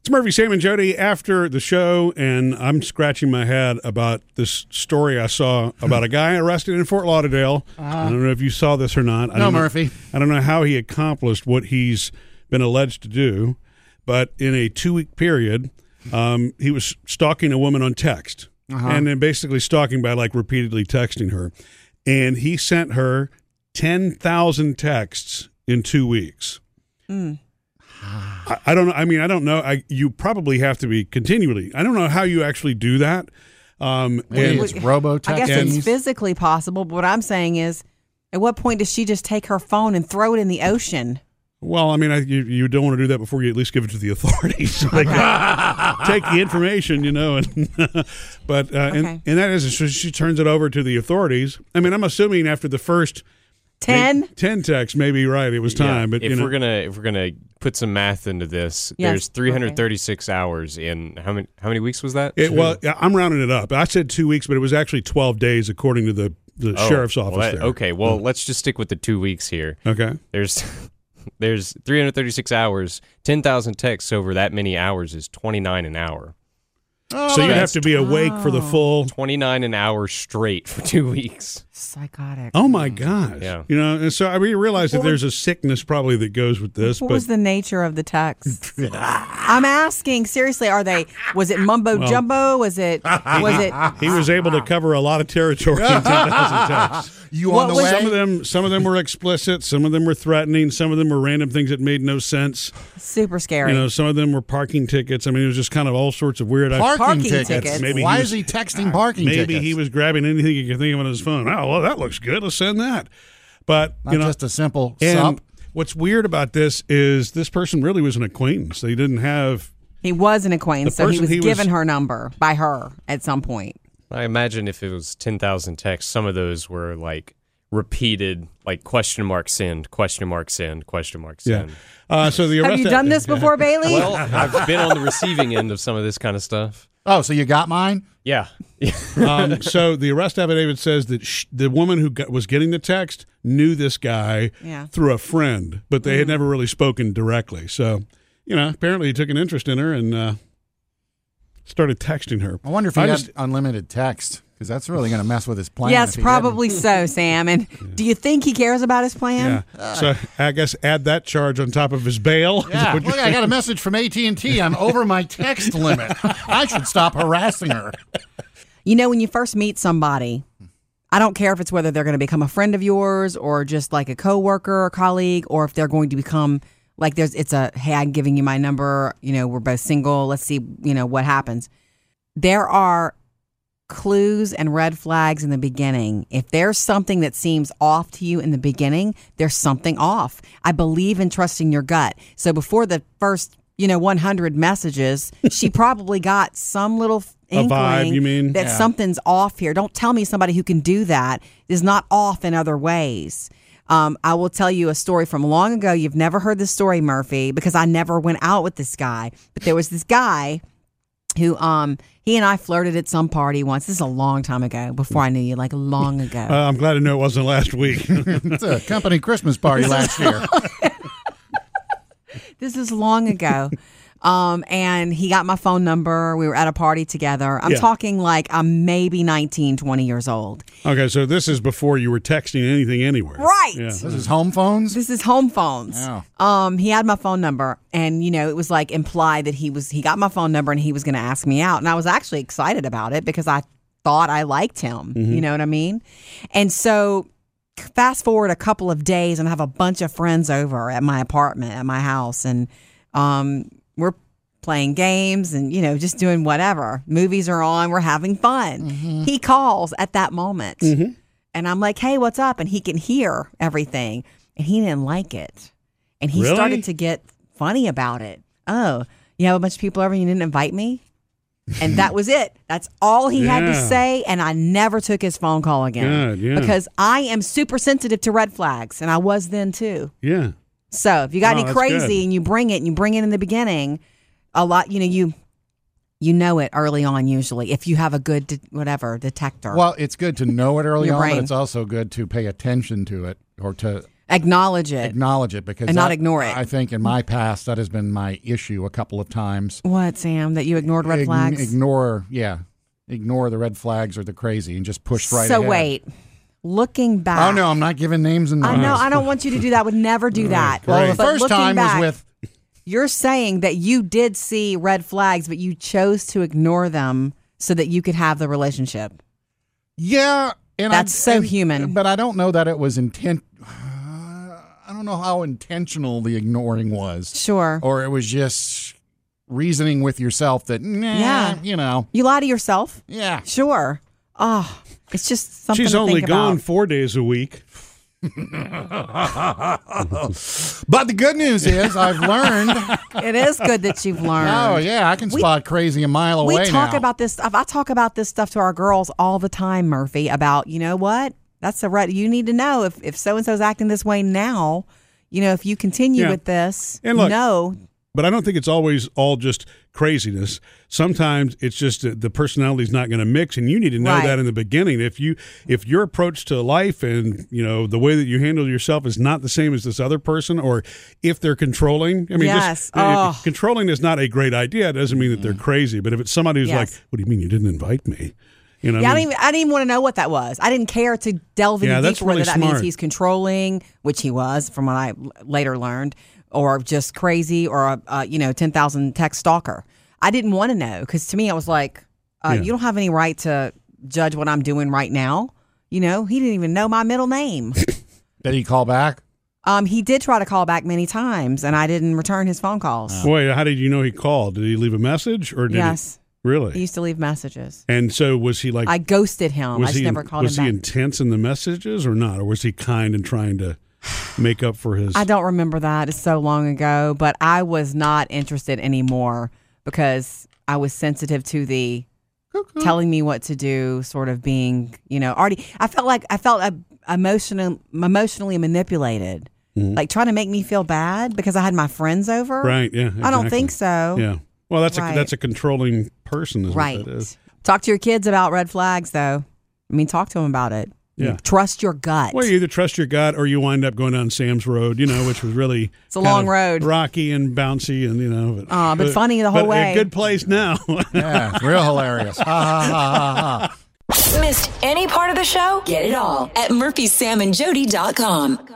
It's Murphy, Sam, and Jody after the show, and I'm scratching my head about this story I saw about a guy arrested in Fort Lauderdale. I don't know if you saw this or not. I No, don't know- Murphy. I don't know how he accomplished what he's been alleged to do, but in a two week period, um, he was stalking a woman on text and then basically stalking by like repeatedly texting her. And he sent her 10,000 texts in two weeks. I, I don't know. I mean, I don't know. I, you probably have to be continually. I don't know how you actually do that. Um, Maybe and- it's Robotext. I guess And- it's physically possible, but what I'm saying is, at what point does she just take her phone and throw it in the ocean? Well, I mean, I, you, you don't want to do that before you at least give it to the authorities. Like, take the information, you know, and but uh, and, Okay. and that is so she turns it over to the authorities. I mean, I'm assuming after the first Ten? eight- ten texts, maybe right, it was time. But if you know, we're gonna if we're gonna put some math into this, Yes, there's 336 hours in how many how many weeks was that? it, well, yeah, I'm rounding it up. I said two weeks, but it was actually 12 days according to the the Oh, sheriff's well, office. that- there. Mm. Okay, well let's just stick with the two weeks here. Okay. There's there's 336 hours, 10,000 texts over that many hours is 29 an hour. Oh, so you'd have to be awake for Oh. the full 29 an hour straight for two weeks. Psychotic. Oh my gosh! Hmm. Yeah. You know, and so I mean, you realize that What there's a sickness probably that goes with this. What but was the nature of the text? I'm asking seriously. Are they? Was it mumbo jumbo? Was it? Was it? he was able to cover a lot of territory in 10,000 texts. you What on the was- way? Some of them, some of them were explicit. Some of them were threatening. Some of them were random things that made no sense. Super You scary. know, some of them were parking tickets. I mean, it was just kind of all sorts of weird. I- parking, Parking tickets. tickets. Maybe Why he is was- Uh, he texting parking maybe tickets? he was grabbing anything he could think of on his phone. Oh, well, that looks good. Let's send that. But not you know, just a simple and sup. what's weird about this is this person really was an acquaintance. They didn't have. he was an acquaintance, The so he person was he was- given her number by her at some point. I imagine if it was 10,000 texts, some of those were like repeated like question mark send, question mark send, question mark Yeah. send. Uh, so the Have arrest- you done this before, Bailey? Well, I've been on the receiving end of some of this kind of stuff. Oh, so you got mine? Yeah. um, so the arrest affidavit says that sh- the woman who got, was getting the text knew this guy Yeah. Mm. through a friend, but they had never really spoken directly. So, you know, apparently he took an interest in her and uh, started texting her. I wonder if he I had just- unlimited text because that's really going to mess with his plan. yes, if he probably so, Sam. And do you think he cares about his Yeah. plan? So I guess add that charge on top of his bail. Is didn't. that Yeah. what you're Look, I saying? got a message from AT and T. I'm over my text limit. I should stop harassing her. You know, when you first meet somebody, I don't care if it's whether they're going to become a friend of yours or just like a coworker or colleague, or if they're going to become like there's it's a hey, I'm giving you my number. You know, we're both single. Let's see, you know, what happens. There are clues and red flags in the beginning. If there's something that seems off to you in the beginning, there's something off. I believe in trusting your gut. So before the first, you know, 100 messages, she probably got some little A inkling vibe, you mean? that something's off here. Don't tell me somebody who can do that is not off in other ways. Um, I will tell you a story from long ago. You've never heard this story, Murphy, because I never went out with this guy. But there was this guy who um he and I flirted at some party once. This is a long time ago, before I knew you, like long ago. Uh, I'm glad to know it wasn't last week. It's a company Christmas party last year. this is long ago. Um, and he got my phone number. We were at a party together. I'm Yeah. talking like I'm maybe 19, 20 years old. okay, so this is before you were texting anything anywhere. Right. Yeah. This is home phones. This is home phones. Wow. Um, he had my phone number, and you know, it was like implied that he was he got my phone number and he was going to ask me out, and I was actually excited about it because I thought I liked him. Mm-hmm. You know what I mean? And so, fast forward a couple of days, and I have a bunch of friends over at my apartment at my house, and um, we're playing games and you know just doing whatever. Movies are on, we're having fun. Mm-hmm. He calls at that moment. And I'm like, hey, what's up? And he can hear everything. And he didn't like it. And he Really? started to get funny about it. Oh, you have a bunch of people over and you didn't invite me? And that was it. That's all he had to Yeah. say. And I never took his phone call again. Good, yeah. Because I am super sensitive to red flags. And I was then too. Yeah. So if you got Wow, any Oh, that's crazy good. and you bring it and you bring it in the beginning, a lot, you know, you. You know it early on, usually, if you have a good de- whatever detector. Well, it's good to know it early Your on, brain. but it's also good to pay attention to it or to acknowledge it. acknowledge it because And not that- ignore it. I think in my past that has been my issue a couple of times. what, Sam? That you ignored red Ign- flags. Ignore, yeah, ignore the red flags or the crazy and just push right. so ahead. wait, looking back. Oh no, I'm not giving names and I numbers. know. I don't want you to do that. Would never do that. Well, the But first looking time back, was with You're saying that you did see red flags, but you chose to ignore them so that you could have the relationship. yeah, and I- That's so and- human. But I don't know that it was intent. I don't know how intentional the ignoring was, Sure. or it was just reasoning with yourself that nah, Yeah. you know, You lie to yourself. yeah. Sure. Oh, it's just something. She's to only think gone About. four days a week. But the good news is I've learned. It is good that you've learned. Oh yeah, I can spot crazy a mile away. we talk now. about this stuff. I talk about this stuff to our girls all the time, Murphy. About you know what? That's the right. You need to know if if so and so's acting this way now. You know, if you continue Yeah. with this, And look- no, But I don't think it's always all just craziness. Sometimes it's just that the personality's not going to mix, and you need to know Right. that in the beginning. If you if your approach to life and you know the way that you handle yourself is not the same as this other person, or if they're controlling, I mean, Yes. just, Oh. if controlling is not a great idea. It doesn't mean that they're crazy, but if it's somebody who's Yes. like, "What do you mean you didn't invite me?" You know, Yeah, I mean, didn't, even, I didn't even want to know what that was. I didn't care to delve any Yeah, that's deeper whether really that means smart. he's controlling, which he was, from what I l- later learned, or just crazy, or a, a you know ten thousand text stalker. I didn't want to know because to me, I was like, uh, you don't have any right to judge what I'm doing right now. You know, he didn't even know my middle name. Did he call back? um, he did try to call back many times, and I didn't return his phone calls. wait, how did you know he called? Did he leave a message or did he- yes, really? he used to leave messages. and so was he like? I ghosted him. Um, I was just he never in- called was him he back. intense in the messages or not or was he kind and trying to make up for his I don't remember that. It's so long ago, but I was not interested anymore because I was sensitive to the telling me what to do, sort of being, you know, already. I felt like I felt uh, emotional, emotionally manipulated, like trying to make me feel bad because I had my friends over. Mm-hmm. right yeah I don't exactly. think so. yeah well that's Right. a that's a controlling person is what Right. that is. Talk to your kids about red flags, though. I mean, talk to them about it. Yeah. Trust your gut. well you either trust your gut or you wind up going down sam's road you know which was really It's a kind long of road. rocky and bouncy and you know Aw, but funny the whole but way. a good place now Yeah, real hilarious. Ha, ha, ha, ha, ha. Missed any part of the show? Get it all at murphysamandjody.com.